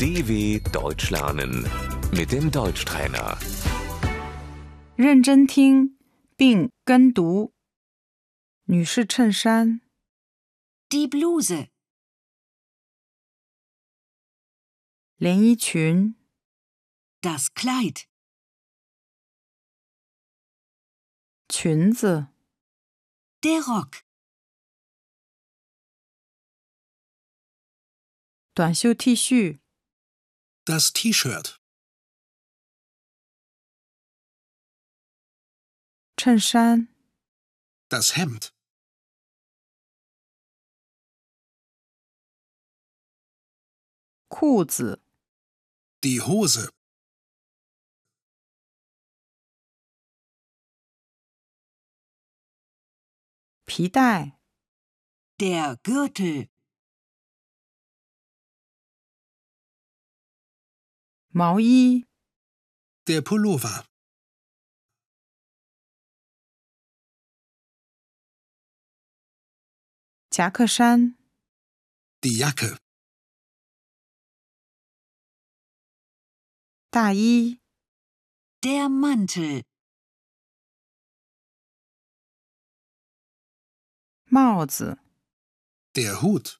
DW Deutsch lernen mit dem Deutschtrainer. 认真听并跟读。女士衬衫、 Die Bluse, 连衣裙、 das Kleid, 裙子、 der Rock, 短袖 T 恤、 Das T-Shirt, 衬衫、 das Hemd, 裤子、 die Hose, 皮带、 der Gürtel, 毛衣、 der Pullover, 夹克衫、 die Jacke, 大衣、 der Mantel, 帽子、 der Hut,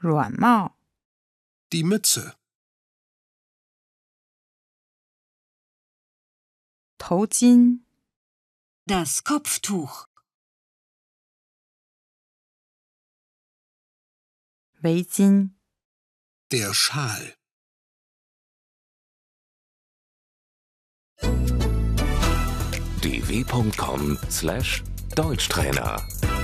软帽、 die Mütze, 头巾、 das Kopftuch, 围巾、 der Schal. dw.com/deutschtrainer